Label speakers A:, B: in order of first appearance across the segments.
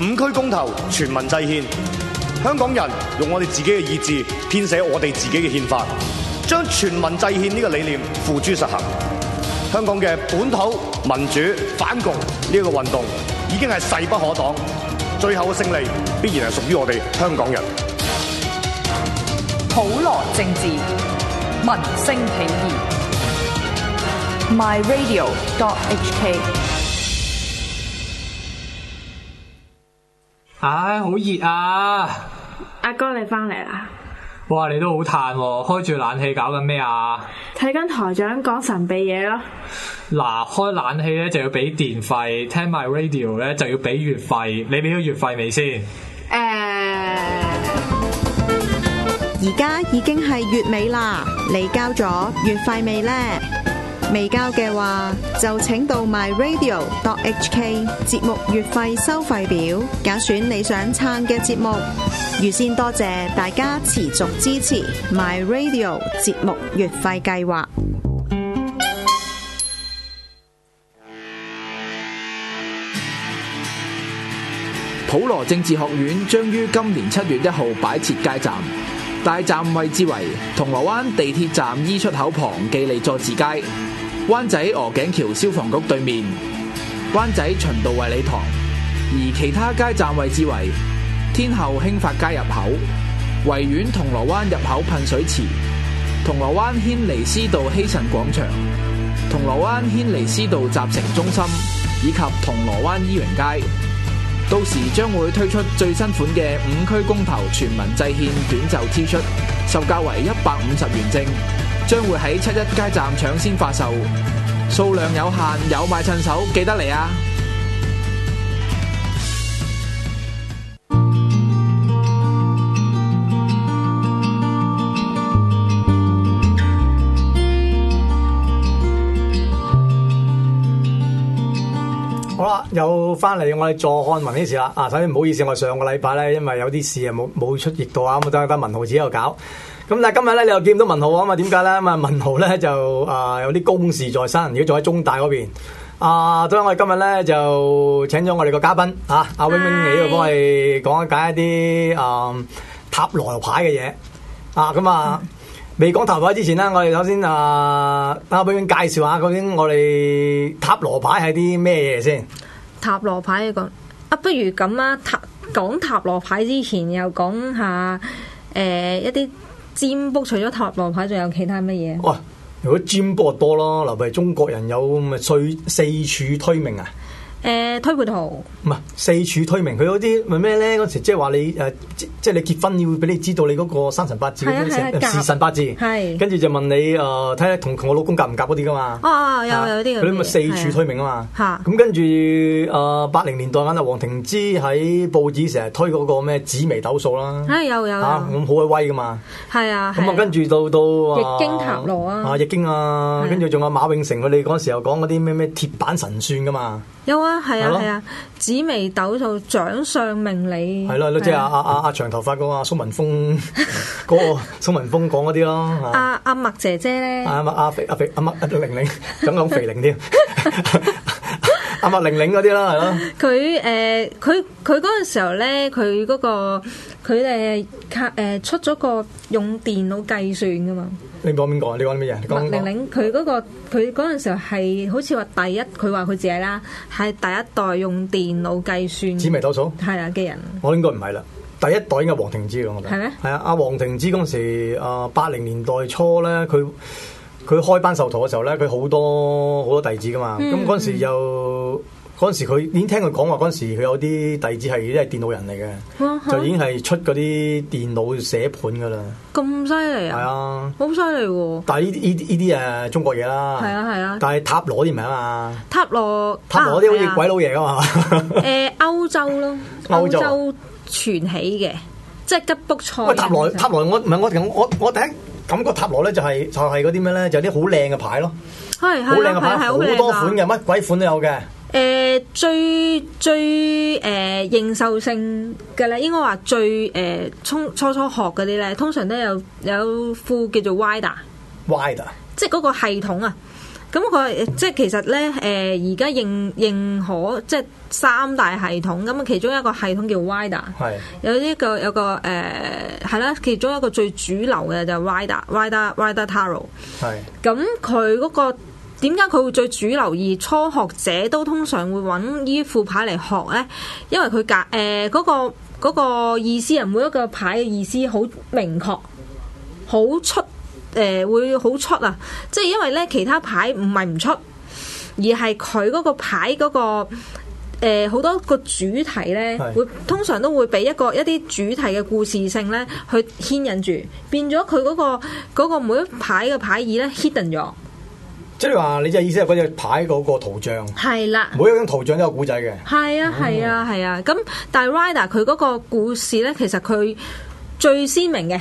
A: 五區公投，全民制憲。香港人用我哋自己嘅意志編寫我哋自己嘅憲法，將全民制憲呢個理念付諸實行。香港嘅本土民主反共呢個運動已經係勢不可擋，最後嘅勝利必然係屬於我哋香港人。
B: 普羅政治，民聲起義。myradio.hk
C: 唉，好熱啊！
D: 阿哥你翻嚟啦，
C: 哇，你都好嘆喎，開住冷氣搞緊咩啊？
D: 睇緊台長講神秘嘢咯。
C: 嗱，開冷氣咧就要俾電費，聽埋 radio 咧就要俾月費。你俾咗月費未先？
D: 誒、
E: 而家已經係月尾啦，你交咗月費未呢？未交嘅話，就請到 myradio.hk 節目月費收費表，揀選你想撐嘅節目。預先多謝大家持續支持 myradio 節目月費計劃。
F: 普羅政治學院將於今年七月一號擺設街站，大站位置為銅鑼灣地鐵站 E 出口旁記利佐治街、灣仔鵝頸橋消防局對面、灣仔循道衛理堂，而其他街站位置為天后興發街入口、維園銅鑼灣入口噴水池、銅鑼灣軒尼詩道希慎廣場、銅鑼灣軒尼詩道集成中心以及銅鑼灣醫榮街。到時將會推出最新款嘅五區公投全民制憲短袖 T 恤，售價為一百五十元正，將會喺七一街站搶先發售，數量有限，有買趁手，記得嚟啊！
G: 好啦，又翻嚟我哋坐看雲呢事啦。啊，首先唔好意思，我上個禮拜咧，因為有啲事啊，冇冇出譯到啊，咁得得文豪自己喺度搞。咁但係今日咧，你又見唔到文豪啊嘛？點解咧？咁啊，文豪咧就啊、有啲公事在身，如果仲喺中大嗰邊。啊，所以我哋今日咧就請咗我哋個嘉賓啊，阿 wing wing 你度幫我哋講一解一啲啊、塔羅牌嘅嘢啊，咁啊。未講塔羅牌之前咧，我哋首先啊，等阿 wing wing 介紹下究竟我哋塔羅牌係啲咩嘢先。
H: 塔羅牌嘅講啊，不如咁啊，塔講塔羅牌之前又講下誒、呃一啲占卜，除咗塔羅牌，仲有其他乜嘢？
G: 哇！如果占卜就多咯，嗱，譬如中國人有咪四四柱推命啊，
H: 誒、推背圖
G: 唔係四柱推命，佢嗰啲咪咩咧？嗰時即係話你誒，即即係你結婚要俾你知道你嗰個生辰八字嗰
H: 係啊係啊
G: 啲
H: 夾
G: 時辰八字，
H: 係
G: 跟住就問你誒，睇下同同我老公夾唔夾嗰啲噶嘛。
H: 啊，有
G: 啊
H: 有啲咁嘅
G: 佢啲咪四柱推命啊
H: 係
G: 嘛
H: 啊。
G: 咁跟住誒八零年代嗰陣，黃庭芝喺報紙成日推嗰個咩紫微斗數啦，
H: 係有有有
G: 嚇啊咁好鬼威噶嘛。
H: 係啊，
G: 咁啊，跟住到到啊
H: 易經塔羅啊
G: 啊易經啊，
H: 係
G: 跟住仲有馬永成佢哋嗰時候講嗰啲咩咩鐵板神算噶嘛，
H: 有啊，係
G: 係
H: 啊
G: 咯
H: 係啊，紫微斗數掌上命理
G: 係咯，即係阿
H: 啊
G: 阿阿啊阿長頭髮嗰個阿蘇文峰 嗰個蘇文峰講嗰啲咯，啊
H: 阿阿麥姐姐咧，
G: 阿阿肥啊阿肥阿麥阿玲玲，咁講肥玲添， 阿麥玲玲嗰啲啦，係咯，
H: 佢誒佢佢嗰陣時候咧，佢嗰、個佢哋卡誒出咗個用電腦計算噶嘛。
G: 你講邊個？啊你講啲乜嘢？你講
H: 麥玲玲佢嗰、個佢嗰陣時候係好似話第一，佢話佢自己啦，係第一代用電腦計
G: 紫
H: 算
G: 微斗數，
H: 係啊嘅人，
G: 我應該唔係啦。第一代應該係黃庭芝嘅，我覺得
H: 係咩
G: 係啊，阿黃庭芝嗰陣時，啊八零年代初咧，佢佢開班授徒嘅時候咧，佢好多好多弟子噶
H: 嗯
G: 嘛。咁嗰陣時又嗰陣時佢已經聽佢講話，嗰陣時佢有啲弟子係已經係電腦人嚟
H: 哇
G: 嘅，就已經係出嗰啲電腦寫盤噶啦。
H: 咁犀利
G: 係
H: 啊，
G: 啊，
H: 好犀利喎！
G: 但係呢啲呢啲呢啲誒中國嘢啦，
H: 係啊係啊
G: 但係塔羅啲唔係啊嘛，
H: 塔羅
G: 塔羅啲好
H: 啊係
G: 似
H: 啊
G: 鬼佬嘢噶嘛。
H: 誒歐洲咯，
G: 歐
H: 歐
G: 洲啊
H: 洲傳起嘅，即係吉卜賽。
G: 喂，塔羅塔羅我唔係我我我第一感覺塔羅咧就係、就係嗰啲咩咧，就係啲好靚嘅牌咯，
H: 係
G: 好
H: 係
G: 靚嘅
H: 啊
G: 牌，
H: 係係
G: 好
H: 好靚
G: 多款
H: 㗎
G: 嘅，乜鬼款都有嘅。
H: 誒、呃最最誒、呃認受性嘅咧，應該話最誒初、初初學嗰啲咧，通常都有有副叫做 Wider，
G: Wide 啊
H: 即係嗰個系統啊。咁佢即係其實咧，呃誒而家認認可即係三大系統，咁其中一個系統叫 WIDA，
I: 係
H: 有呢個有個誒係啦，其中一個最主流嘅就係 WIDA WIDA WIDA Taro。
I: 係
H: 咁佢嗰個點解佢會最主流，而初學者都通常會揾依副牌嚟學呢？因為佢解誒嗰個嗰、個意思啊，每一個牌嘅意思好明確，好出誒、呃、會好出啊！即係因為呢，其他牌唔係唔出，而係佢嗰個牌嗰、個。誒好、多個主題咧，
I: 係
H: 會通常都會俾一個一啲主題嘅故事性咧，去牽引住，變咗佢嗰個嗰、個每一牌嘅牌意咧 hidden 咗，
I: 即係話你嘅意思係嗰隻牌嗰個圖像，
H: 係啦。
I: 每一張圖像都有古仔嘅。
H: 係啊，係啊，係啊。咁但係 Rider 佢嗰個故事咧，其實佢最鮮明嘅，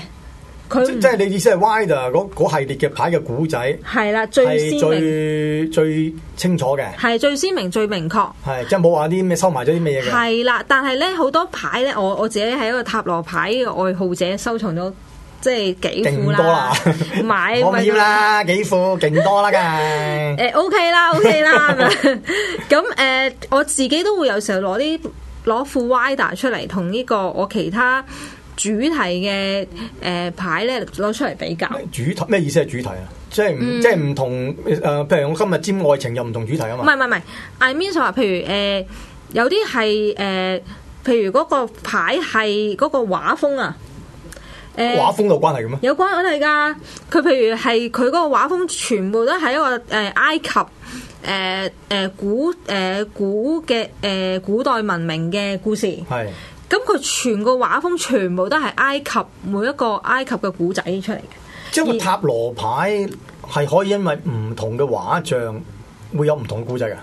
H: 佢
I: 即
H: 唔
I: 即係你意思係 Wider 嗰嗰系列嘅牌嘅古仔
H: 係啦，最
I: 係
H: 鮮明
I: 最最清楚嘅，
H: 係最鮮明最明確。
I: 係即係冇話啲咩收埋咗啲咩嘢嘅。
H: 係啦，但係咧好多牌咧，我我自己係一個塔羅牌嘅愛好者，收藏咗即係幾副
I: 勁多啦
H: 啦，買
I: 我唔
H: 咪
I: 要啦，幾副勁多啦，梗係。
H: 誒 OK 啦，OK 啦，咁樣咁誒，我自己都會有時候攞啲攞副 wider 出嚟，同呢個我其他主題嘅誒、呃牌咧攞出嚟比較。
I: 主題咩意思係主題啊？即係唔、
H: 嗯
I: 即係唔同誒、呃譬如我今日尖愛情又唔同主題啊
H: 唔
I: 嘛。
H: 係唔係唔係，I mean 就話譬如誒、呃有啲係誒，譬如嗰個牌係嗰個畫風啊，誒、
I: 畫風有關係嘅咩？
H: 有關係㗎。佢譬如係佢嗰個畫風，全部都係一個誒、呃埃及誒誒、呃呃古誒、呃古嘅誒、呃古代文明嘅故事。
I: 係
H: 咁佢全個畫風全部都係埃及每一個埃及嘅古仔出嚟嘅。
I: 即係個
H: 而
I: 塔羅牌係可以因為唔同嘅畫像會有唔同嘅故仔㗎。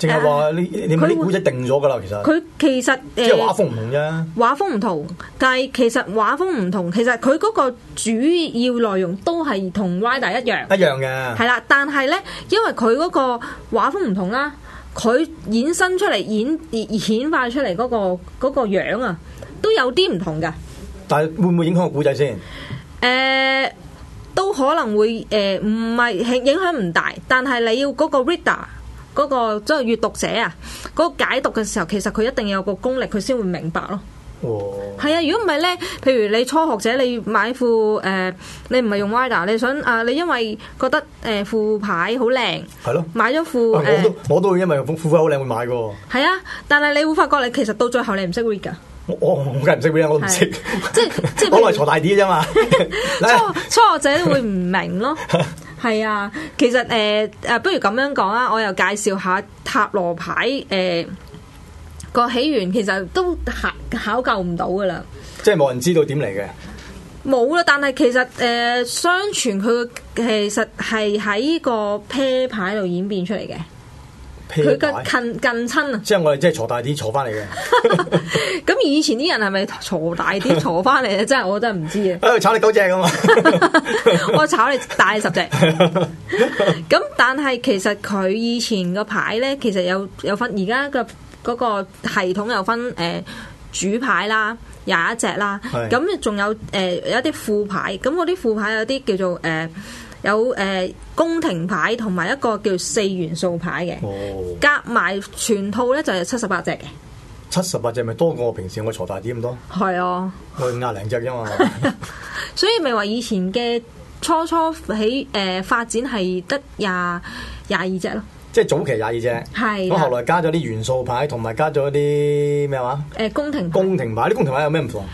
I: 淨係話你你
H: 佢
I: 咪
H: 會
I: 啲古仔定咗㗎啦，其實
H: 佢其實誒、呃
I: 即係畫風唔同啫。
H: 畫風唔同，但係其實畫風唔同，其實佢嗰個主要內容都係同 Rider 一樣。
I: 一樣嘅，
H: 係啦，但係咧，因為佢嗰個畫風唔同啦，佢衍生出嚟演顯化出嚟嗰、個嗰、個樣啊，都有啲唔同噶。誒、
I: 但係會唔會影響個古仔先？
H: 都可能會誒，唔係影響唔大，但係你要嗰個 reader 嗰、個即係閱讀者啊，嗰、個解讀嘅時候，其實佢一定要有個功力，佢先會明白咯。
I: 哦，
H: 係啊，如果唔係咧，譬如你初學者，你買副誒、你唔係用 Wider，你想啊、你因為覺得誒、副牌好靚，
I: 係咯。
H: 買咗副
I: 啊
H: 誒。
I: 我都我都會因為副副牌好靚會買嘅喎，我
H: 係啊，但係你會發覺你其實到最後你唔識 read 㗎，
I: 我我梗係唔識咩，我都唔識，
H: 即係即係譬如
I: 我攞嚟坐大啲 啫嘛。
H: 初
I: 嗱
H: 初學者會唔明咯。係啊，其實誒誒、呃不如咁樣講啊，我又介紹下塔羅牌誒個、起源，其實都考考究唔到㗎啦。
I: 即係冇人知道點嚟嘅。
H: 冇啦，但係其實誒、呃相傳佢其實係喺呢個啤牌度演變出嚟嘅，
I: 啤
H: 佢嘅
I: 牌
H: 近近親啊。
I: 即係我哋即係坐大啲坐翻嚟嘅。
H: 咁以前啲人係咪坐大 啲坐翻嚟咧？真係我真係唔知啊。
I: 誒，哎炒你九隻咁啊！
H: 我炒你大你十隻。咁但係其實佢以前個牌咧，其實有有分，而家個嗰個系統有分誒、呃主牌啦。廿一隻啦，
I: 係
H: 咁仲有誒、呃有一啲副牌，咁嗰啲副牌有啲叫做誒、呃有誒、呃、宮廷牌同埋一個叫四元素牌嘅，
I: 哦，
H: 夾埋全套咧就有七十八隻嘅，
I: 七十八隻咪多過我平時我坐大啲咁多，
H: 係啊。
I: 我壓零隻啫嘛。
H: 所以咪話以前嘅初初喺誒、呃、發展係得廿廿二隻咯，
I: 即係早期廿二隻，
H: 係啊
I: 咁
H: 啦
I: 後來加咗啲元素牌，同埋加咗啲咩話
H: 誒、宮廷牌
I: 宮廷牌。啲宮廷牌有咩唔同？啊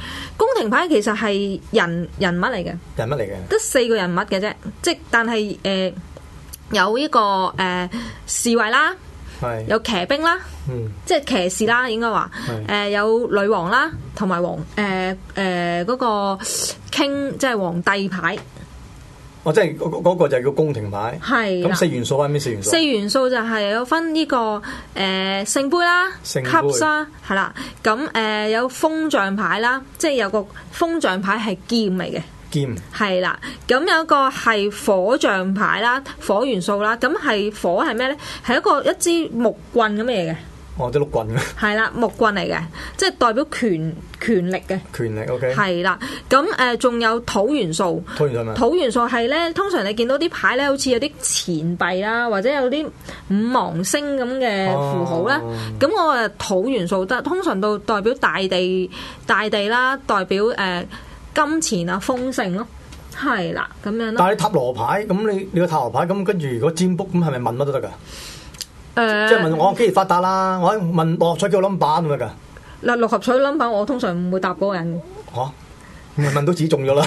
H: 宮廷牌其實係人人物嚟嘅，
I: 人物嚟嘅，
H: 得四個人物嘅啫，即但係誒、呃有呢、個誒、呃侍衛啦，
I: 係
H: 有騎兵啦。
I: 嗯
H: 即係騎士啦，應該話
I: 係
H: 誒、有女王啦，同埋皇誒誒嗰個傾即係皇帝牌
I: 我哦即係嗰嗰嗰個就叫宮廷牌。
H: 係啦
I: 咁。四元素係咩四元素？啊
H: 四元素就係有分呢、個誒、呃、聖杯啦、
I: 聖杯
H: cups 啦，係啦，咁誒、呃有風象牌啦，即係有個風象牌係劍嚟嘅，
I: 劍
H: 係啦，咁有一個係火象牌啦，火元素啦，咁係火係咩咧？係一個一支木棍咁嘅嘢嘅，
I: 我哦啲碌棍嘅
H: 係啦，木棍嚟嘅，即係代表權權力嘅，
I: 權力，OK，
H: 係啦。咁誒仲有土元素，
I: 拖完佢咪？
H: 土元素係咧，通常你見到啲牌咧，好似有啲錢幣啦，或者有啲五芒星咁嘅符號啦
I: 哦。
H: 咁、我誒土元素得，通常到代表大地、大地啦，代表誒、呃金錢啊、豐盛咯，係啦，咁樣
I: 但
H: 咯。
I: 係你塔羅牌咁，你你個塔羅牌咁，跟住如果占卜咁，係咪問乜都得㗎？
H: 誒
I: 即係問我幾時發達啦，我問我彩叫我 number 咁樣㗎
H: 嗱六合彩 number，我通常唔會答嗰個 人嘅。
I: 嚇？咪問到自己中咗啦，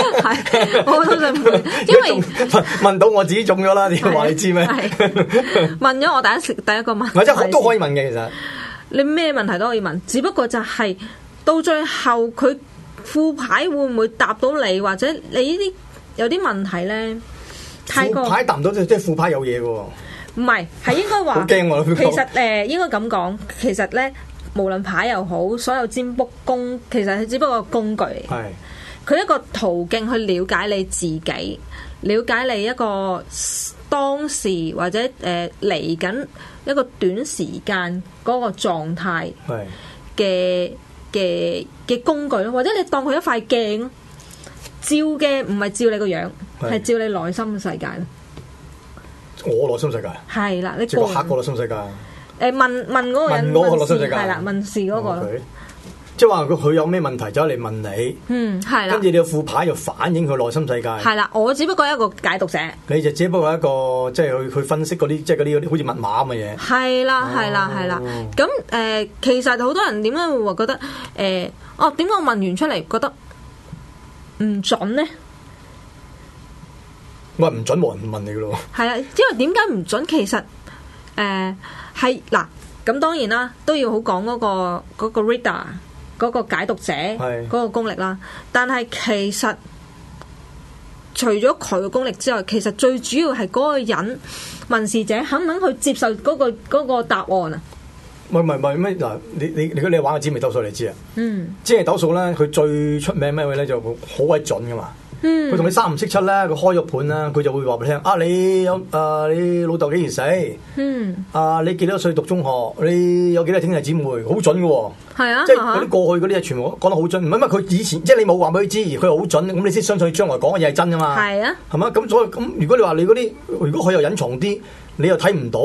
H: 係我通常唔會 因為
I: 如果中問問到我自己中咗啦，你話你知咩？
H: 係問咗我第一次第一個問題
I: 唔係即係都可以
H: 先
I: 問嘅，其實
H: 你咩問題都可以問，只不過就係、到最後佢副牌會唔會答到你，或者你呢啲有啲問題咧，太過
I: 副牌答唔到，即係副牌有嘢嘅喎。
H: 唔係係應該
I: 好
H: 話，
I: 驚喎
H: 其實誒、呃、應該咁講，其實咧無論牌又好，所有占卜工其實係只不過工具嚟嘅
I: 係
H: 佢一個途徑去了解你自己，了解你一個 s- 當時或者誒嚟緊一個短時間嗰個狀態
I: 係。
H: 嘅嘅嘅工具咯，或者你當佢一塊鏡咯照嘅唔係照你個樣，
I: 係
H: 係照你內心嘅世界咯。
I: 我內心世界，
H: 係啦，你
I: 即
H: 個
I: 係
H: 人
I: 個客個內心世界，
H: 誒問問哦嗰個人
I: 問嗰個
H: 問
I: 內心世
H: 事
I: 界
H: 係啦，問事嗰個咯，
I: OK 哦即係話佢佢有咩問題走嚟問你，
H: 嗯係啦
I: 跟住，你個副牌就反映佢內心世界，
H: 係啦，我只不過係一個解讀者。
I: 你就只不過一個即係佢佢分析嗰啲即係嗰啲好似密碼咁嘅嘢，
H: 係啦，係啦，係啦。咁誒、呃其實好多人點解會話覺得誒、呃哦，點解我問完出嚟覺得唔準呢？
I: 喂唔準冇人問你噶咯，
H: 係啊，因為點解唔準？其實誒係嗱，咁當然啦，都要好講嗰、個嗰、個 reader 嗰個解讀者嗰個功力啦。但係其實除咗佢嘅功力之外，其實最主要係嗰個人問事者肯唔肯去接受嗰、個嗰個答案啊？
I: 唔係唔係唔係咩嗱？你你你你玩個紫微斗數你知啊？
H: 嗯。
I: 紫微斗數咧，佢最出名咩位咧就好鬼準噶嘛。
H: 嗯
I: 佢同你三唔識七咧，佢開咗盤啦，佢就會話俾你聽啊！你有啊，你老豆幾時死？
H: 嗯，
I: 啊，你幾多歲讀中學？你有幾多兄弟姊妹？好準嘅喎、
H: 係啊，
I: 即係
H: 係啊
I: 嗰啲過去嗰啲嘢全部講得好準，唔係因為佢以前即係你冇話俾佢知，而佢好準，咁你先相信佢將來講嘅嘢係真噶嘛？
H: 係啊，
I: 係嘛？咁所以咁，如果你話你嗰啲，如果佢又隱藏啲，你又睇唔到，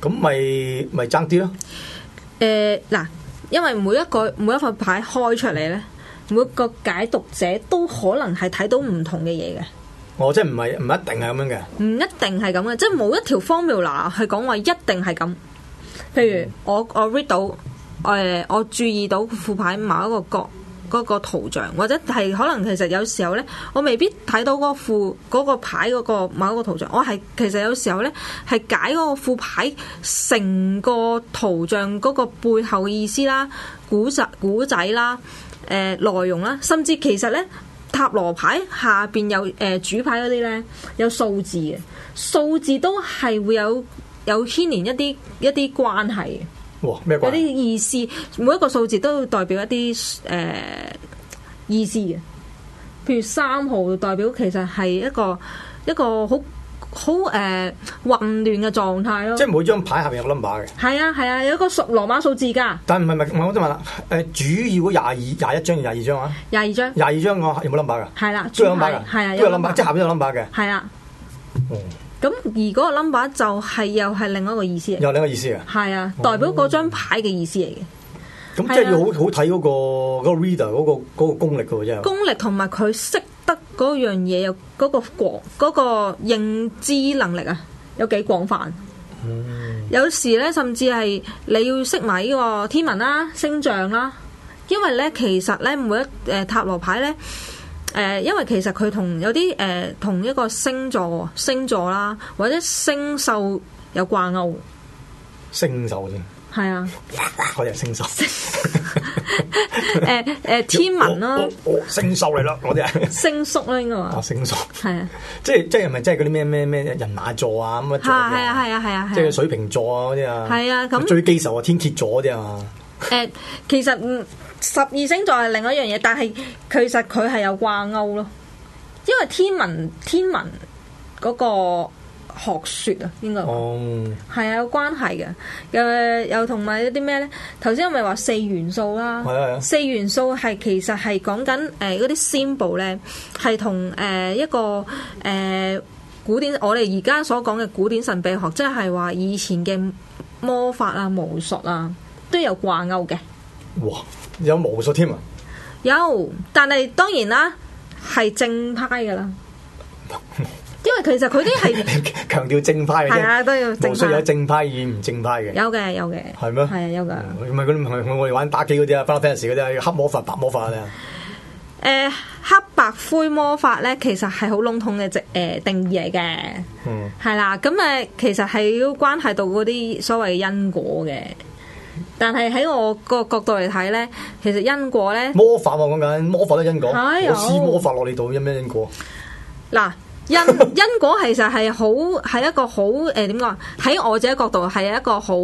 I: 咁咪咪爭啲咯。
H: 誒呃嗱，因為每一個每一塊牌開出嚟咧，每個解讀者都可能係睇到唔同嘅嘢嘅，
I: 我哦即係唔係唔一定係咁樣嘅，
H: 唔一定係咁嘅，即係冇一條 formula 係講話一定係咁。譬如我我 read 到誒、我注意到副牌某一個角。嗰個圖像，或者係可能其實有時候呢，我未必睇到嗰副嗰、個牌嗰個某一個圖像，我係其實有時候呢，係解嗰個副牌成個圖像嗰個背後嘅意思啦、古仔古仔啦、誒、內容啦，甚至其實呢，塔羅牌下邊有誒、呃主牌嗰啲呢，有數字嘅，數字都係會有有牽連一啲一啲關係嘅。
I: 哇咩
H: 有啲
I: 關？
H: 意思，每一個數字都要代表一啲誒、呃意思嘅。譬如三號代表其實係一個一個好好誒混亂嘅狀態
I: 即
H: 咯。
I: 係每張牌下面有個 number 嘅，
H: 係啊係啊，有一個屬羅馬數字㗎，
I: 但唔係唔係唔係我想問啦，誒主要嗰廿二廿一張定廿二張啊？
H: 廿二張
I: 廿二張我有冇 number 㗎？
H: 係啦，
I: 都有
H: 啊主
I: number
H: 牌
I: 㗎，
H: 係啊，
I: 都有 number，即係下邊有 number 嘅，
H: 係啦。
I: 哦
H: 咁而嗰個 number 就係又係另一個意思嚟嘅，
I: 有另一個意思嘅。
H: 係啊，代表嗰張牌嘅意思嚟嘅。
I: 咁即係
H: 係啊
I: 要好好睇嗰個嗰個 reader 嗰個嗰個功力㗎喎，真係。
H: 功力同埋佢識得嗰樣嘢有嗰個廣嗰、個認知能力啊，有幾廣泛。有時咧，甚至係你要識埋呢個天文啦、星象啦，因為咧其實咧每一誒、呃塔羅牌咧誒、呃因為其實佢同有啲誒、呃同一個星座、星座啦或者星宿有掛鈎嘅，
I: 星手先，
H: 係啊，
I: 我哋係星手。
H: 誒、呃、誒、呃天文
G: 哦
H: 啦、
I: 我我我星宿嚟啦，我哋係
H: 星宿啦應該
I: 啊
H: 話，
I: 星宿，
H: 係啊，
I: 即係即係咪即係嗰啲咩咩咩人馬座啊咁啊
H: 係
I: 座
H: 啊
I: 啊，
H: 係啊係啊係啊，
I: 即係水瓶座啊嗰啲啊，
H: 係啊咁
I: 最基仇啊天蝎座嗰啲啊，
H: 誒、其實嗯十二星座係另一樣嘢，但係其實佢係有掛鈎咯，因為天文天文嗰、個學說啊，應該話
I: 哦，
H: 係啊，有關係嘅。又又同埋一啲咩咧？頭先我咪話四元素啦
I: 係啊係啊，
H: 四元素係其實係講緊誒嗰啲 symbol 咧，係同誒一個誒。呃古典我哋而家所講嘅古典神秘學，即係話以前嘅魔法啊、巫術啊，都有掛鈎嘅。
I: 哇，有巫術添啊！
H: 有，但係當然啦，係正派 噶啦。因為其實佢啲係
I: 強調正派嘅啫，
H: 係啊都要正派
I: 無需有正派與唔正派嘅，
H: 有嘅，有嘅，
I: 係咩？
H: 係啊，有噶。
I: 嗯唔係嗰啲唔係我哋玩打機嗰啲啊，Final Fantasy 嗰啲啊，黑魔法、白魔法啊，
H: 誒、呃黑白灰魔法咧，其實係好籠統嘅即誒定義嚟嘅，
I: 嗯，
H: 係啦。咁誒，其實係要關係到嗰啲所謂因果嘅。但係喺我個角度嚟睇咧，其實因果咧，
I: 魔法我講緊魔法都因果，
H: 哎呦
I: 我施魔法落你度，因咩因果？
H: 嗱因 因果其實係好係一個好誒點講啊？喺我自己角度係一個好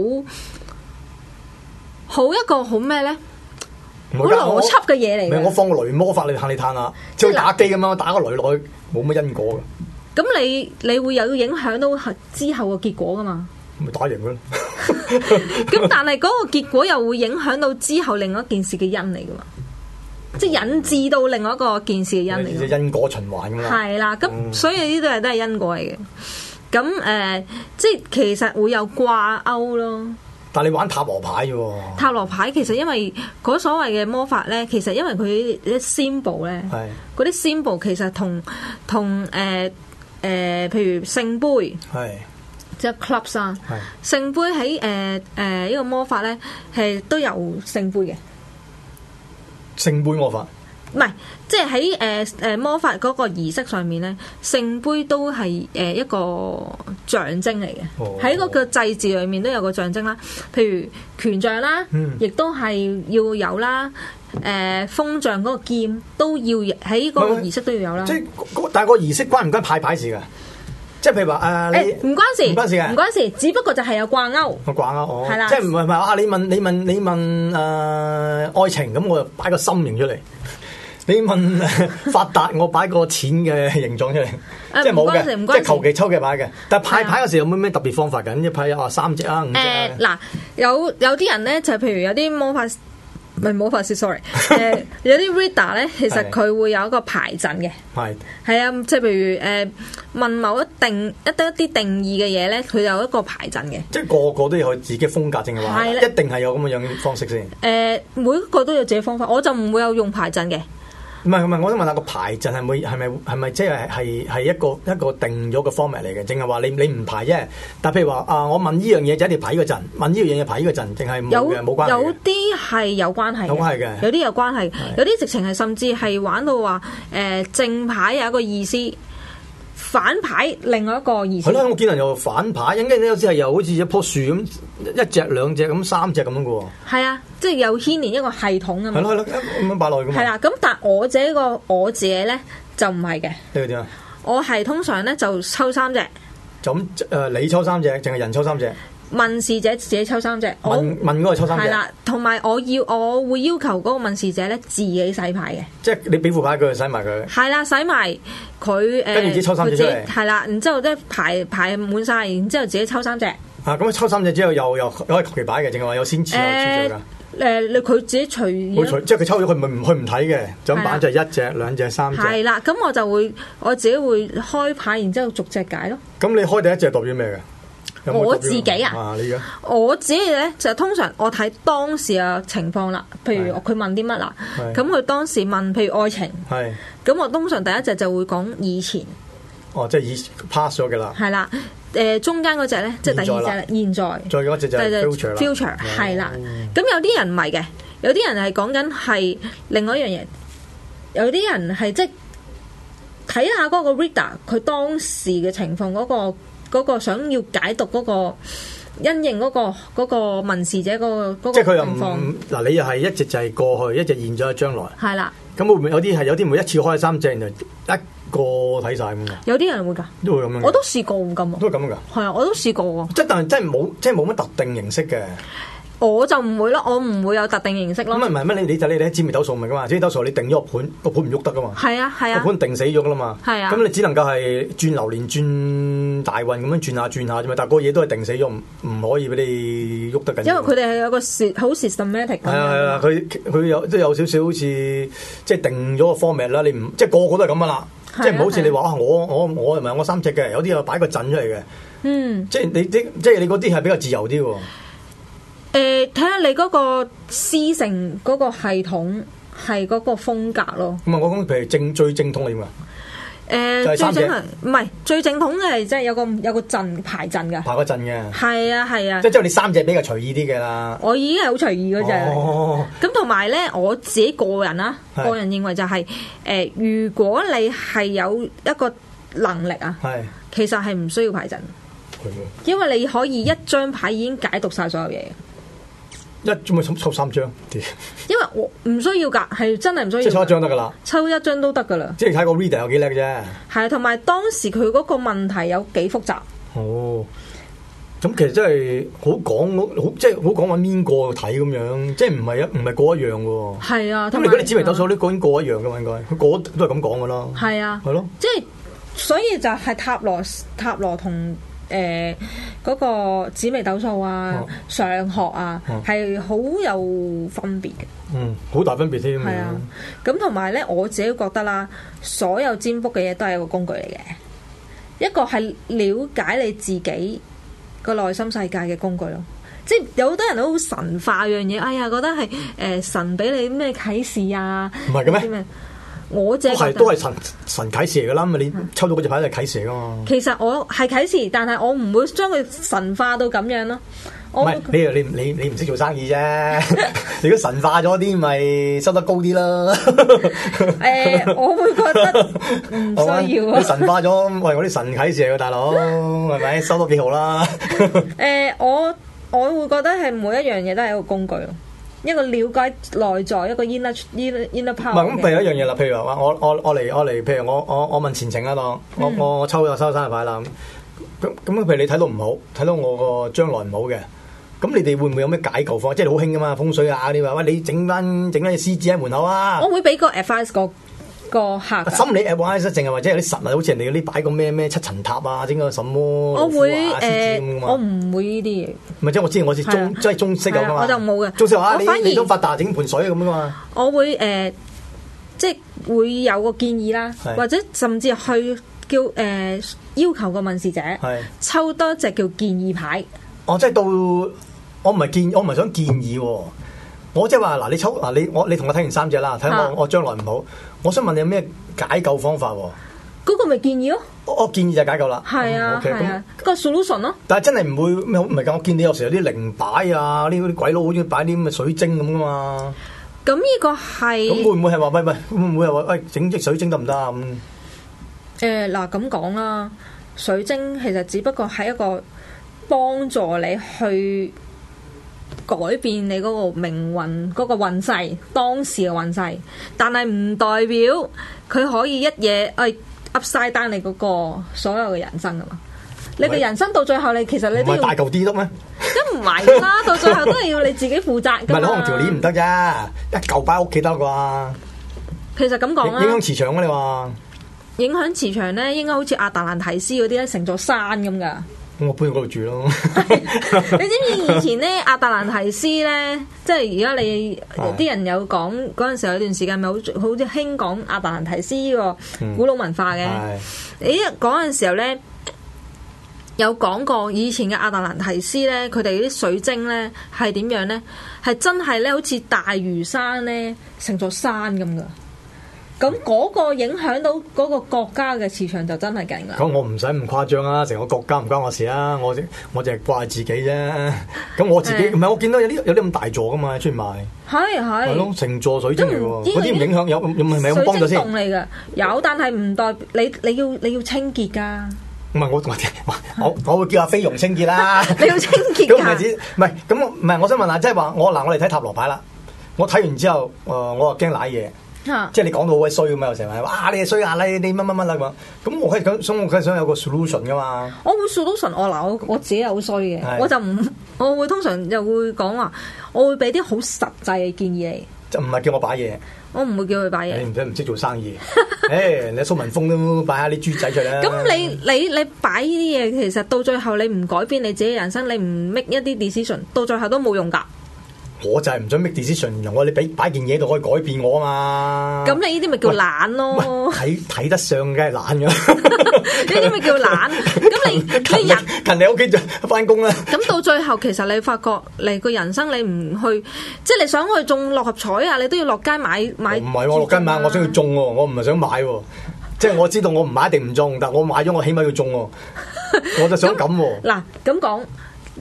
H: 好一個好咩咧？
I: 好
H: 好邏輯嘅嘢嚟
I: 唔係我
H: 嘅。
I: 放個雷魔法你嘆你嘆下，即係好似打機咁樣，我打個雷落去冇乜因果嘅，
H: 咁你你會有影響到之後嘅結果噶嘛？
I: 咪打贏佢咯。
H: 咁但係嗰個結果又會影響到之後另外一件事嘅因嚟噶嘛，即係引致到另外一個件事嘅因嚟㗎
I: 即
H: 嘛。
I: 係因果循環咁啦。
H: 啊係啦，
I: 嗯
H: 咁所以呢啲係都係因果嚟嘅。咁誒、呃即係其實會有掛鈎咯。
I: 但係你玩塔羅牌啫喎，
H: 塔羅牌其實因為嗰所謂嘅魔法咧，其實因為佢啲 symbol 咧，
I: 係
H: 嗰啲 symbol 其實同同誒誒，譬如聖杯
I: 係
H: 即係 clubs 啊，
I: 係
H: 聖杯喺誒誒呢個魔法咧係都有聖杯嘅。
I: 聖杯魔法，
H: 唔係，即係喺誒誒魔法嗰個儀式上面咧，聖杯都係誒一個象徵嚟
I: 哦
H: 嘅，喺嗰、個祭祀裏面都有個象徵啦。譬如權杖啦
I: 嗯，
H: 亦都係要有啦。誒、風象嗰個劍都要喺嗰
I: 喂
H: 個
I: 喂
H: 儀式都要有啦。
I: 即係嗰但係個儀式關唔關派牌事㗎？即係譬如話誒，
H: 誒
I: 你
H: 唔關事，
I: 唔關事嘅
H: 唔關事，只不過就係有掛鈎。
I: 我掛啊，我
H: 係啦
I: 即係唔係唔係啊？你問你問你問誒、呃、愛情咁，我就擺個心形出嚟。你問 發達，我擺個錢嘅形狀出嚟，
H: 啊
I: 即係冇
H: 唔關
I: 嘅，
H: 事唔
I: 即
H: 關事
I: 係求其抽嘅牌嘅。但係派
H: 係啊
I: 牌嗰時有冇咩特別方法㗎？一派啊三隻啊五隻啊
H: 誒，嗱，有有啲人咧就係譬如有啲魔法。唔係魔法師，sorry。誒， 有啲 reader 咧，其實
I: 係
H: 佢會有一個牌陣嘅，
I: 係
H: 係啊，即係譬如誒、問某一定一啲一啲定義嘅嘢咧，佢有一個牌陣嘅。誒、
I: 即係個個都有佢自己風格淨係話，
H: 係啦
I: 一定係有咁嘅樣嘅方式先。
H: 每一個都有自己方法，我就唔會有用牌陣嘅。
I: 唔係唔係，我想問下個牌陣係咪係咪係咪即係係係一個一個定咗嘅 format 嚟嘅，淨係話你你唔排啫。但譬如話啊，我問呢樣嘢就一定排呢個陣，問呢樣嘢排呢個陣，淨係冇
H: 有
I: 嘅冇關係
H: 有
I: 嘅。
H: 啲係有關係嘅，
I: 有關係嘅
H: 有啲有關係，有啲直情係甚至係玩到話誒、正牌有一個意思，反牌另外一個意思
I: 係。咯，我見人又反牌，跟住有時係又好似一樖樹咁，一隻兩隻咁三隻咁樣嘅喎。
H: 係啊，即係有牽連一個系統啊
I: 係
H: 嘛。
I: 咯係咯，咁樣擺落去嘅嘛。
H: 係啦，咁但我自己個我自己咧就唔係嘅，
I: 你個點啊？
H: 我係通常咧就抽三隻，
I: 就咁誒，你抽三隻，淨係人抽三隻，
H: 問事者自己抽三隻，我
I: 問問嗰個抽三
H: 係
I: 隻，
H: 啦，同埋我要我會要求嗰個問事者咧自己洗牌嘅，
I: 即係你俾副牌佢就洗埋佢。
H: 係啦，洗埋佢誒，呃
I: 跟住自己抽三隻
H: 佢自己
I: 出嚟
H: 係啦，然之後咧排排滿晒，然之後自己抽三隻，誒
I: 啊，咁抽三隻之後又又又可以求其擺嘅，淨係話有先次有次序㗎。
H: 誒，呃你佢自己隨意
I: 佢除即係佢抽咗，佢唔佢唔睇嘅，就咁
H: 係啦啊
I: 板就係一隻、兩隻、三隻。
H: 係啦，咁我就會我自己會開牌，然之後逐隻解咯。
I: 咁你開第一隻代表咩嘅？有冇
H: 我
I: 代表
H: 自己啊
I: 啊，你而家
H: 我自己咧就通常我睇當時嘅情況啦，譬如
I: 係
H: 佢問啲乜啦，
I: 係
H: 咁佢當時問譬如愛情，
I: 係
H: 咁我通常第一隻就會講以前
I: 哦，即係已 pass 咗嘅啦。
H: 係啦，誒、中間嗰只咧即係第二隻咧現在，
I: 再嗰一隻就係 future 啦。哦
H: future 係啦，咁有啲人唔係嘅，有啲人係講緊係另外一樣嘢，有啲人係即係睇下嗰個 reader 佢當時嘅情況嗰、個嗰、個想要解讀嗰、個。因應嗰、個嗰、個問事者嗰、個嗰、
I: 即係
H: 個
I: 佢又
H: 情況
I: 唔嗱，你又係一隻就係過去，一隻現在，一隻將來。
H: 係啦，
I: 咁會唔會有啲係有啲唔會一次開三隻，然後一個睇晒咁嘅，
H: 有啲人會㗎，
I: 都會咁樣嘅。
H: 我都試過咁喎啊
I: 都，係咁㗎。
H: 係啊，我都試過喎。
I: 即係但係真係冇，即係冇乜特定形式嘅。
H: 誒、我就唔會咯，我唔會有特定形式咯
I: 咁。啊唔係乜？你你就你你知未斗數咪噶嘛？知斗數你定咗個盤，個盤唔喐得噶嘛？
H: 係啊係
I: 個
H: 啊，
I: 盤定死咗噶啦嘛。
H: 係啊
I: 咁你只能夠係轉流年、轉大運咁樣轉下轉下啫嘛。但係個嘢都係定死咗，唔唔可以俾你喐得緊
H: 因
I: 要。
H: 為佢哋係有個 sy- 好 systematic 咁
I: 係啊係啊，
H: 樣。
I: 佢佢有都有少少好似即係定咗個 format 啦，你唔即係個個都係咁噶啦，
H: 係
I: 即
H: 啊
I: 係唔好似
H: 係啊
I: 你話啊我我我唔係我三隻嘅，有啲又擺個陣出嚟嘅，
H: 嗯，
I: 即係你即即係你嗰啲係比較自由啲喎。
H: 誒睇下你嗰個師承嗰個系統係嗰個風格咯。
I: 咁啊，我講譬如正最正統係點啊？
H: 誒
I: 就
H: 最
I: 係三
H: 正
I: 隻
H: 係唔係最正統嘅係即係有個有個陣排陣㗎。
I: 排個陣嘅，
H: 係啊係啊
I: 哦即，係即係你三隻比較隨意啲嘅啦。
H: 我已經係好隨意嗰只。
I: 哦，
H: 咁同埋咧，我自己個人啦，
I: 係
H: 個人認為就係、誒、如果你係有一個能力啊，
I: 係，
H: 其實係唔需要排陣，
I: 係喎
H: 因為你可以一張牌已經解讀晒所有嘢。
I: 一做咪抽抽三張，屌
H: 因為我唔需要㗎，係真係唔需要㗎。
I: 即係抽一張得噶啦。
H: 抽一張都得㗎啦。
I: 即係睇個 reader 有幾叻啫。
H: 係啊，同埋當時佢嗰個問題有幾複雜。
I: 哦，咁其實真係好講，好即係好講揾邊個睇咁樣，即係唔係一唔係個一樣嘅喎。
H: 係啊，
I: 咁
H: 同
I: 你
H: 埋
I: 嗰啲紫微斗數啲講個一樣嘅嘛，應該佢個都係咁講嘅咯。
H: 係啊，
I: 係咯，
H: 即係所以就係塔羅塔羅同誒嗰個紫微斗數啊
I: 哦、
H: 上學啊
I: 哦，
H: 係好有分別嘅。
I: 嗯，好大分別添。
H: 係啊，咁同埋咧，我自己覺得啦，所有占卜嘅嘢都係一個工具嚟嘅，一個係了解你自己個內心世界嘅工具咯。即係有好多人都好神化樣嘢，哎呀，覺得係誒、呃神俾你咩啟示啊？
I: 唔係嘅咩
H: 啲咩？我自
I: 都
H: 己覺
I: 係
H: 得
I: 都係神神啟示嚟嘅啦，咁你抽到嗰隻牌就係啟示嚟噶嘛。
H: 其實我係啟示，但係我唔會將佢神化到咁樣咯。
I: 唔
H: 我
I: 係哎你又你唔你你唔識做生意啫， 你如果神化咗啲，咪收得高啲啦。
H: 誒、我會覺得 唔
I: 係咪
H: 需要啊
I: 你。神化咗，喂，我啲神啟示嚟嘅 大佬，係咪收多幾好啦？
H: 誒、呃我我會覺得係每一樣嘢都係一個工具咯，一個了解內在一個 inner inner inner
I: 唔係
H: power
I: 咁，譬如
H: 嘅。
I: 一樣嘢啦，譬如話我我我嚟我嚟，譬如我我我問前程啊，當我
H: 嗯
I: 我我抽咗收生日牌啦，咁咁啊咁譬如你睇到唔好，睇到我個將來唔好嘅，咁你哋會唔會有咩解救方？即係好興噶嘛，風水啊嗰啲話，喂你整翻整翻隻獅子喺門口啊
H: 我，會俾個 advice 個個客㗎，
I: 心理 advice 啊淨係或者有啲實物，好似人哋嗰啲擺個咩咩七層塔啊，整個什麼啊
H: 我會呃誒、
I: 誒
H: 我唔會呢啲嘢，
I: 唔係即係我知我知
H: 係啊
I: 中即係中式有噶
H: 係啊
I: 嘛，
H: 我就冇嘅
I: 中式話
H: 我
I: 啊你
H: 反而
I: 你都發達整盆水咁噶啊嘛，
H: 我會誒、呃即係會有個建議啦，
I: 係
H: 或者甚至去叫誒、要求個問事者
I: 係。
H: 抽多隻叫建議牌，
I: 我哦即係到我唔係建，我唔係想建議喎。我即係話嗱，你抽嗱你我你同我睇完三隻啦，睇下
H: 啊
I: 我我將來唔好。我想問你有咩解救方法喎？
H: 嗰、個咪建議咯，
I: 我我建議就解救啦。
H: 係啊
I: o k
H: 係
I: 嗯咁
H: 啊，個 solution 咯。
I: 但係真係唔會咩好唔係㗎，我見你有時有啲靈擺啊，呢啲鬼佬好似擺啲咁嘅水晶咁噶嘛。
H: 咁呢個
I: 咁
H: 係
I: 會唔會係話喂喂，會唔會係話喂整隻水晶得唔得啊？咁
H: 誒嗱咁講啦，水晶其實只不過係一個幫助你去改變你嗰個命運嗰、個運勢，當時嘅運勢，但係唔代表佢可以一嘢誒 upside down 你嗰個所有嘅人生噶嘛。你嘅
I: 喂
H: 人生到最後，你其實你
I: 唔
H: 都
I: 係
H: 要
I: 大嚿啲得咩？
H: 咁唔係啦，到最後都係要你自己負責噶
I: 唔係你可能
H: 嘛。
I: 條鏈唔得啫，一嚿擺喺屋企得啩？
H: 其實咁講
I: 影影響
H: 啦，
I: 磁場啊！你話
H: 影響磁場咧，應該好似亞特蘭提斯嗰啲咧，成座山咁噶。
I: 咁我搬去嗰度住咯。
H: 你知唔知以前咧亞特蘭提斯咧，即係而家你
I: 係
H: 啲人有講嗰陣時有段時間咪好好似興講亞特蘭提斯呢個古老文化嘅。
I: 嗯係
H: 咦嗰陣時候咧有講過以前嘅亞特蘭提斯咧，佢哋啲水晶咧係點樣咧？係真係咧好似大嶼山咧成座山咁噶。咁嗰個影響到嗰個國家嘅市場就真係勁啦。
I: 咁我唔使咁誇張啊！成個國家唔關我事啊！我只我淨係怪自己啫。咁我自己
H: 係
I: 唔係我見到有啲有啲咁大座噶嘛，出面賣
H: 係係。
I: 係咯，成座水晶嚟喎。
H: 都唔
I: 嗰啲唔影響有有咪有冇幫助
H: 水晶
I: 先？
H: 洞啊
I: 唔
H: 嚟嘅，有，但係唔代表你你要你要清潔噶，
I: 係我我我我會叫阿飛容清潔啦。
H: 你要清潔
I: 咁唔係
H: 㗎。
I: 指唔係啊呃咁我唔係我想問下，即係話我嗱我哋睇塔羅牌啦，我睇完之後誒我話驚瀨嘢，
H: 嚇
I: 即係你講到好鬼衰咁啊，有成日話啊你係衰眼你你乜乜乜啦咁啊，咁我係咁，所以我梗係想有個 solution 噶嘛。
H: 我會 solution 我嗱，我我自己有衰嘅，
I: 係
H: 我就唔，我會通常就會講話，我會俾啲好實際嘅建議你，
I: 就唔係叫我擺 嘢，
H: 我唔會叫佢擺嘢
I: 你。唔使唔識做生意。 誒，你蘇文峰都擺下啲豬仔出嚟啦。
H: 咁你你你擺呢啲嘢，其實到最後你唔改變你自己人生，你唔 make 一啲 decision，到最後都冇用㗎。
I: 我就係唔想 make decision，然後我你俾擺件嘢度可以改變我啊嘛。
H: 咁你呢啲咪叫
I: 喂
H: 懶
I: 喂
H: 咯？
I: 睇睇得上梗係懶
H: 呢
I: 㗎。
H: 啲咪叫懶？咁 你
I: 勤
H: 你
I: 力
H: 人
I: 勤力喺屋企就翻工啦。
H: 咁到最後，其實你發覺你個人生你唔去，即係你想去中六合彩啊，你都要落街買買。
I: 唔係我落街買，
H: 啊
I: 我想要。中喎，我唔係想買喎。即係我知道我唔買一定唔中，但我買咗我起碼要 中喎。我就想咁喎。
H: 嗱咁講，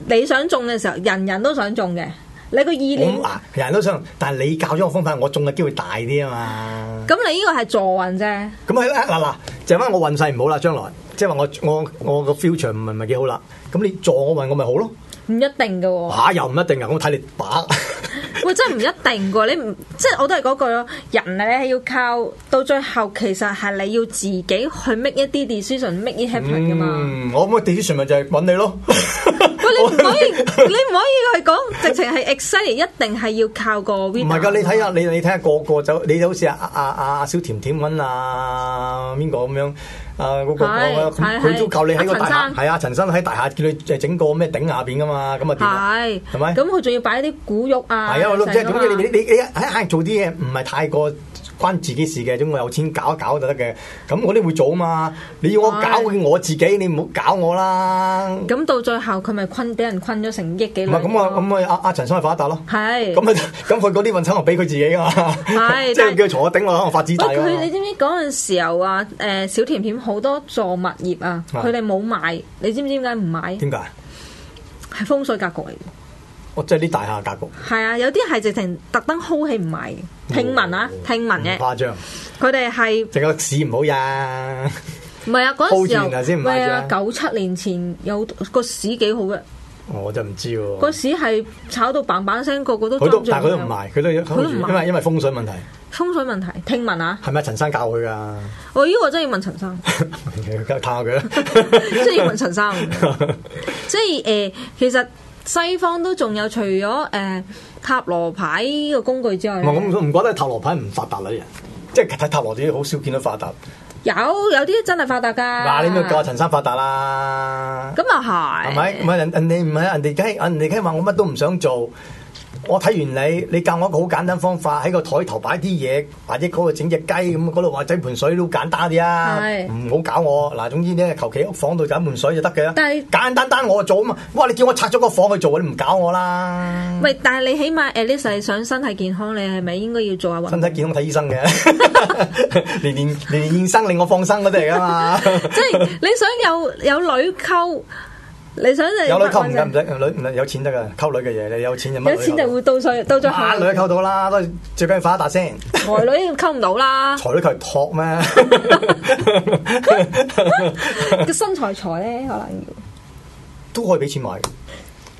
H: 你想中嘅時候，人人都想中嘅，你個意念
I: 我。啊，人人都想，但係你教咗我方法，我中嘅機會大啲啊嘛。
H: 咁你呢個係助運啫，
I: 咁啊係啦，嗱嗱，就係因為我運勢唔好啦，將來即係話我我我個 future 唔係唔係幾好啦。咁你助我運我咪好咯？
H: 唔一定嘅喎、
I: 把又唔一定啊，我睇你把。
H: 喂，真係唔一定㗎，你唔即係我都係嗰句咯。人咧係要靠到最後，其實係你要自己去 make 一啲 decision，make it happen 噶嘛。
I: 嗯，我咁嘅 decision 咪就係揾你咯。
H: 喂，你唔可 以，你 唔可以去講，直情係 exactly 一定係要靠個 winner。
I: 唔係㗎，你睇下你你睇下個個走，你就好似阿阿阿阿小甜甜揾啊邊個咁樣啊嗰個
H: 係
I: 嗰個
H: 係
I: 佢佢都教你喺個
H: 係
I: 大
H: 陳
I: 廈，
H: 生
I: 係啊陳生喺大廈叫你誒整個咩頂下邊㗎嘛，咁啊點啊？
H: 係
I: 係咪
H: 咁佢仲要擺啲古玉啊，
I: 係啊，我都即係
H: 成㗎嘛
I: 咁你你你你喺硬做啲嘢唔係太過關自己事嘅，總我有錢搞一搞就得嘅。咁我啲會做啊嘛，你要我搞嘅我自己，你唔好搞我啦。唔
H: 咁到最後佢咪困俾人困咗成億幾兩
I: 係咁啊，
H: 億咯
I: 咁啊，阿阿陳生係發達咯。
H: 係
I: 咁啊， 咁佢嗰啲運程我俾佢自己噶嘛，
H: 係
I: 即係
H: 但
I: 叫佢坐我頂我可能發子大啊
H: 喂，
I: 㗎
H: 佢
I: 嘛
H: 你知唔知嗰陣時候啊？誒、小甜甜好多座物業啊，
I: 係
H: 佢哋冇買，你知唔知點解唔買？
I: 點解？
H: 係風水格局嚟嘅。
I: 我即係啲大廈格局，
H: 係啊，有啲係直情特登好氣唔買嘅。聽聞啊，聽聞
I: 哦唔
H: 嘅，
I: 誇張，
H: 佢哋係
I: 成個市唔好呀。
H: 唔係啊？嗰陣時候
I: 鋪住然後先唔買
H: 係啊，
I: 啫
H: 九七年前有個市幾好嘅，
I: 我就唔知
H: 個
I: 喎。
H: 市係炒到嘭嘭聲，個個都
I: 佢都
H: 爭住
I: 但係佢都
H: 買
I: 唔賣，佢都
H: 佢都唔賣
I: 因為因為風水問題，
H: 風水問題。聽聞啊，
I: 係咪陳生教佢㗎？
H: 我呢個真係要問陳生，
I: 梗係探下佢
H: 真係要問
I: 啦。
H: 陳 生。即係誒、其實西方都仲有除咗誒、塔羅牌呢個工具之外
I: 唔，係咁，佢唔覺得塔羅牌唔發達啦啲人，即係睇塔羅啲好少見到發達。
H: 有有啲真係發達㗎。
I: 嗱，你咪教阿陳生發達啦，
H: 咁啊係，
I: 係咪？唔係人人哋唔係人哋梗係人哋梗係話我乜都唔想做。我睇完你，你教我一個好簡單方法，喺個台頭擺啲嘢，或者嗰度整隻雞咁，嗰度話整盆水都簡單啲啊，
H: 係
I: 唔好搞我。嗱，總之咧，求其屋房度整盆水就得嘅啦。
H: 但係
I: 簡簡單單我就做啊嘛，哇！你叫我拆咗個房去做，你唔搞我啦。
H: 喂，但係你起碼 at least 你想身體健康，你係咪應該要做下運
I: 身
H: 動？
I: 體健康睇醫生嘅， 連連連連醫生令我放生嗰啲嚟噶嘛。
H: 即係你想有有女溝，你想就
I: 有女溝唔得唔得，女唔得有錢得噶，溝女嘅嘢你有錢就乜
H: 有錢就
I: 會
H: 會到最到最後，
I: 啊女都溝到啦，都係最緊要發達先，
H: 才女溝唔到 啦，
I: 財女佢係托咩？
H: 個身材才咧可能要
I: 都可以俾錢買。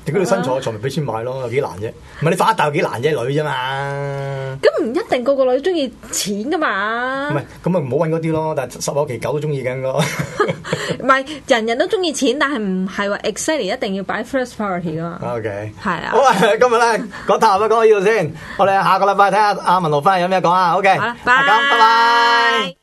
I: 如果你身材財咪俾錢買咯，有幾難啫？唔係你發達有幾難啫，女啫嘛。
H: 咁唔一定個個女中意錢噶嘛
I: 唔，係咁咪唔好揾嗰啲咯，但係十有其九都中意緊咯。
H: 唔係人人都中意錢，但係唔係話 exactly 一定要擺 first priority 噶嘛，
I: OK，
H: 係啊
I: 好啊，今日咧講塔羅講到呢度先，我哋下個禮拜睇下阿文豪翻嚟有咩講啊。OK，
H: 好啦，
I: 大家拜拜。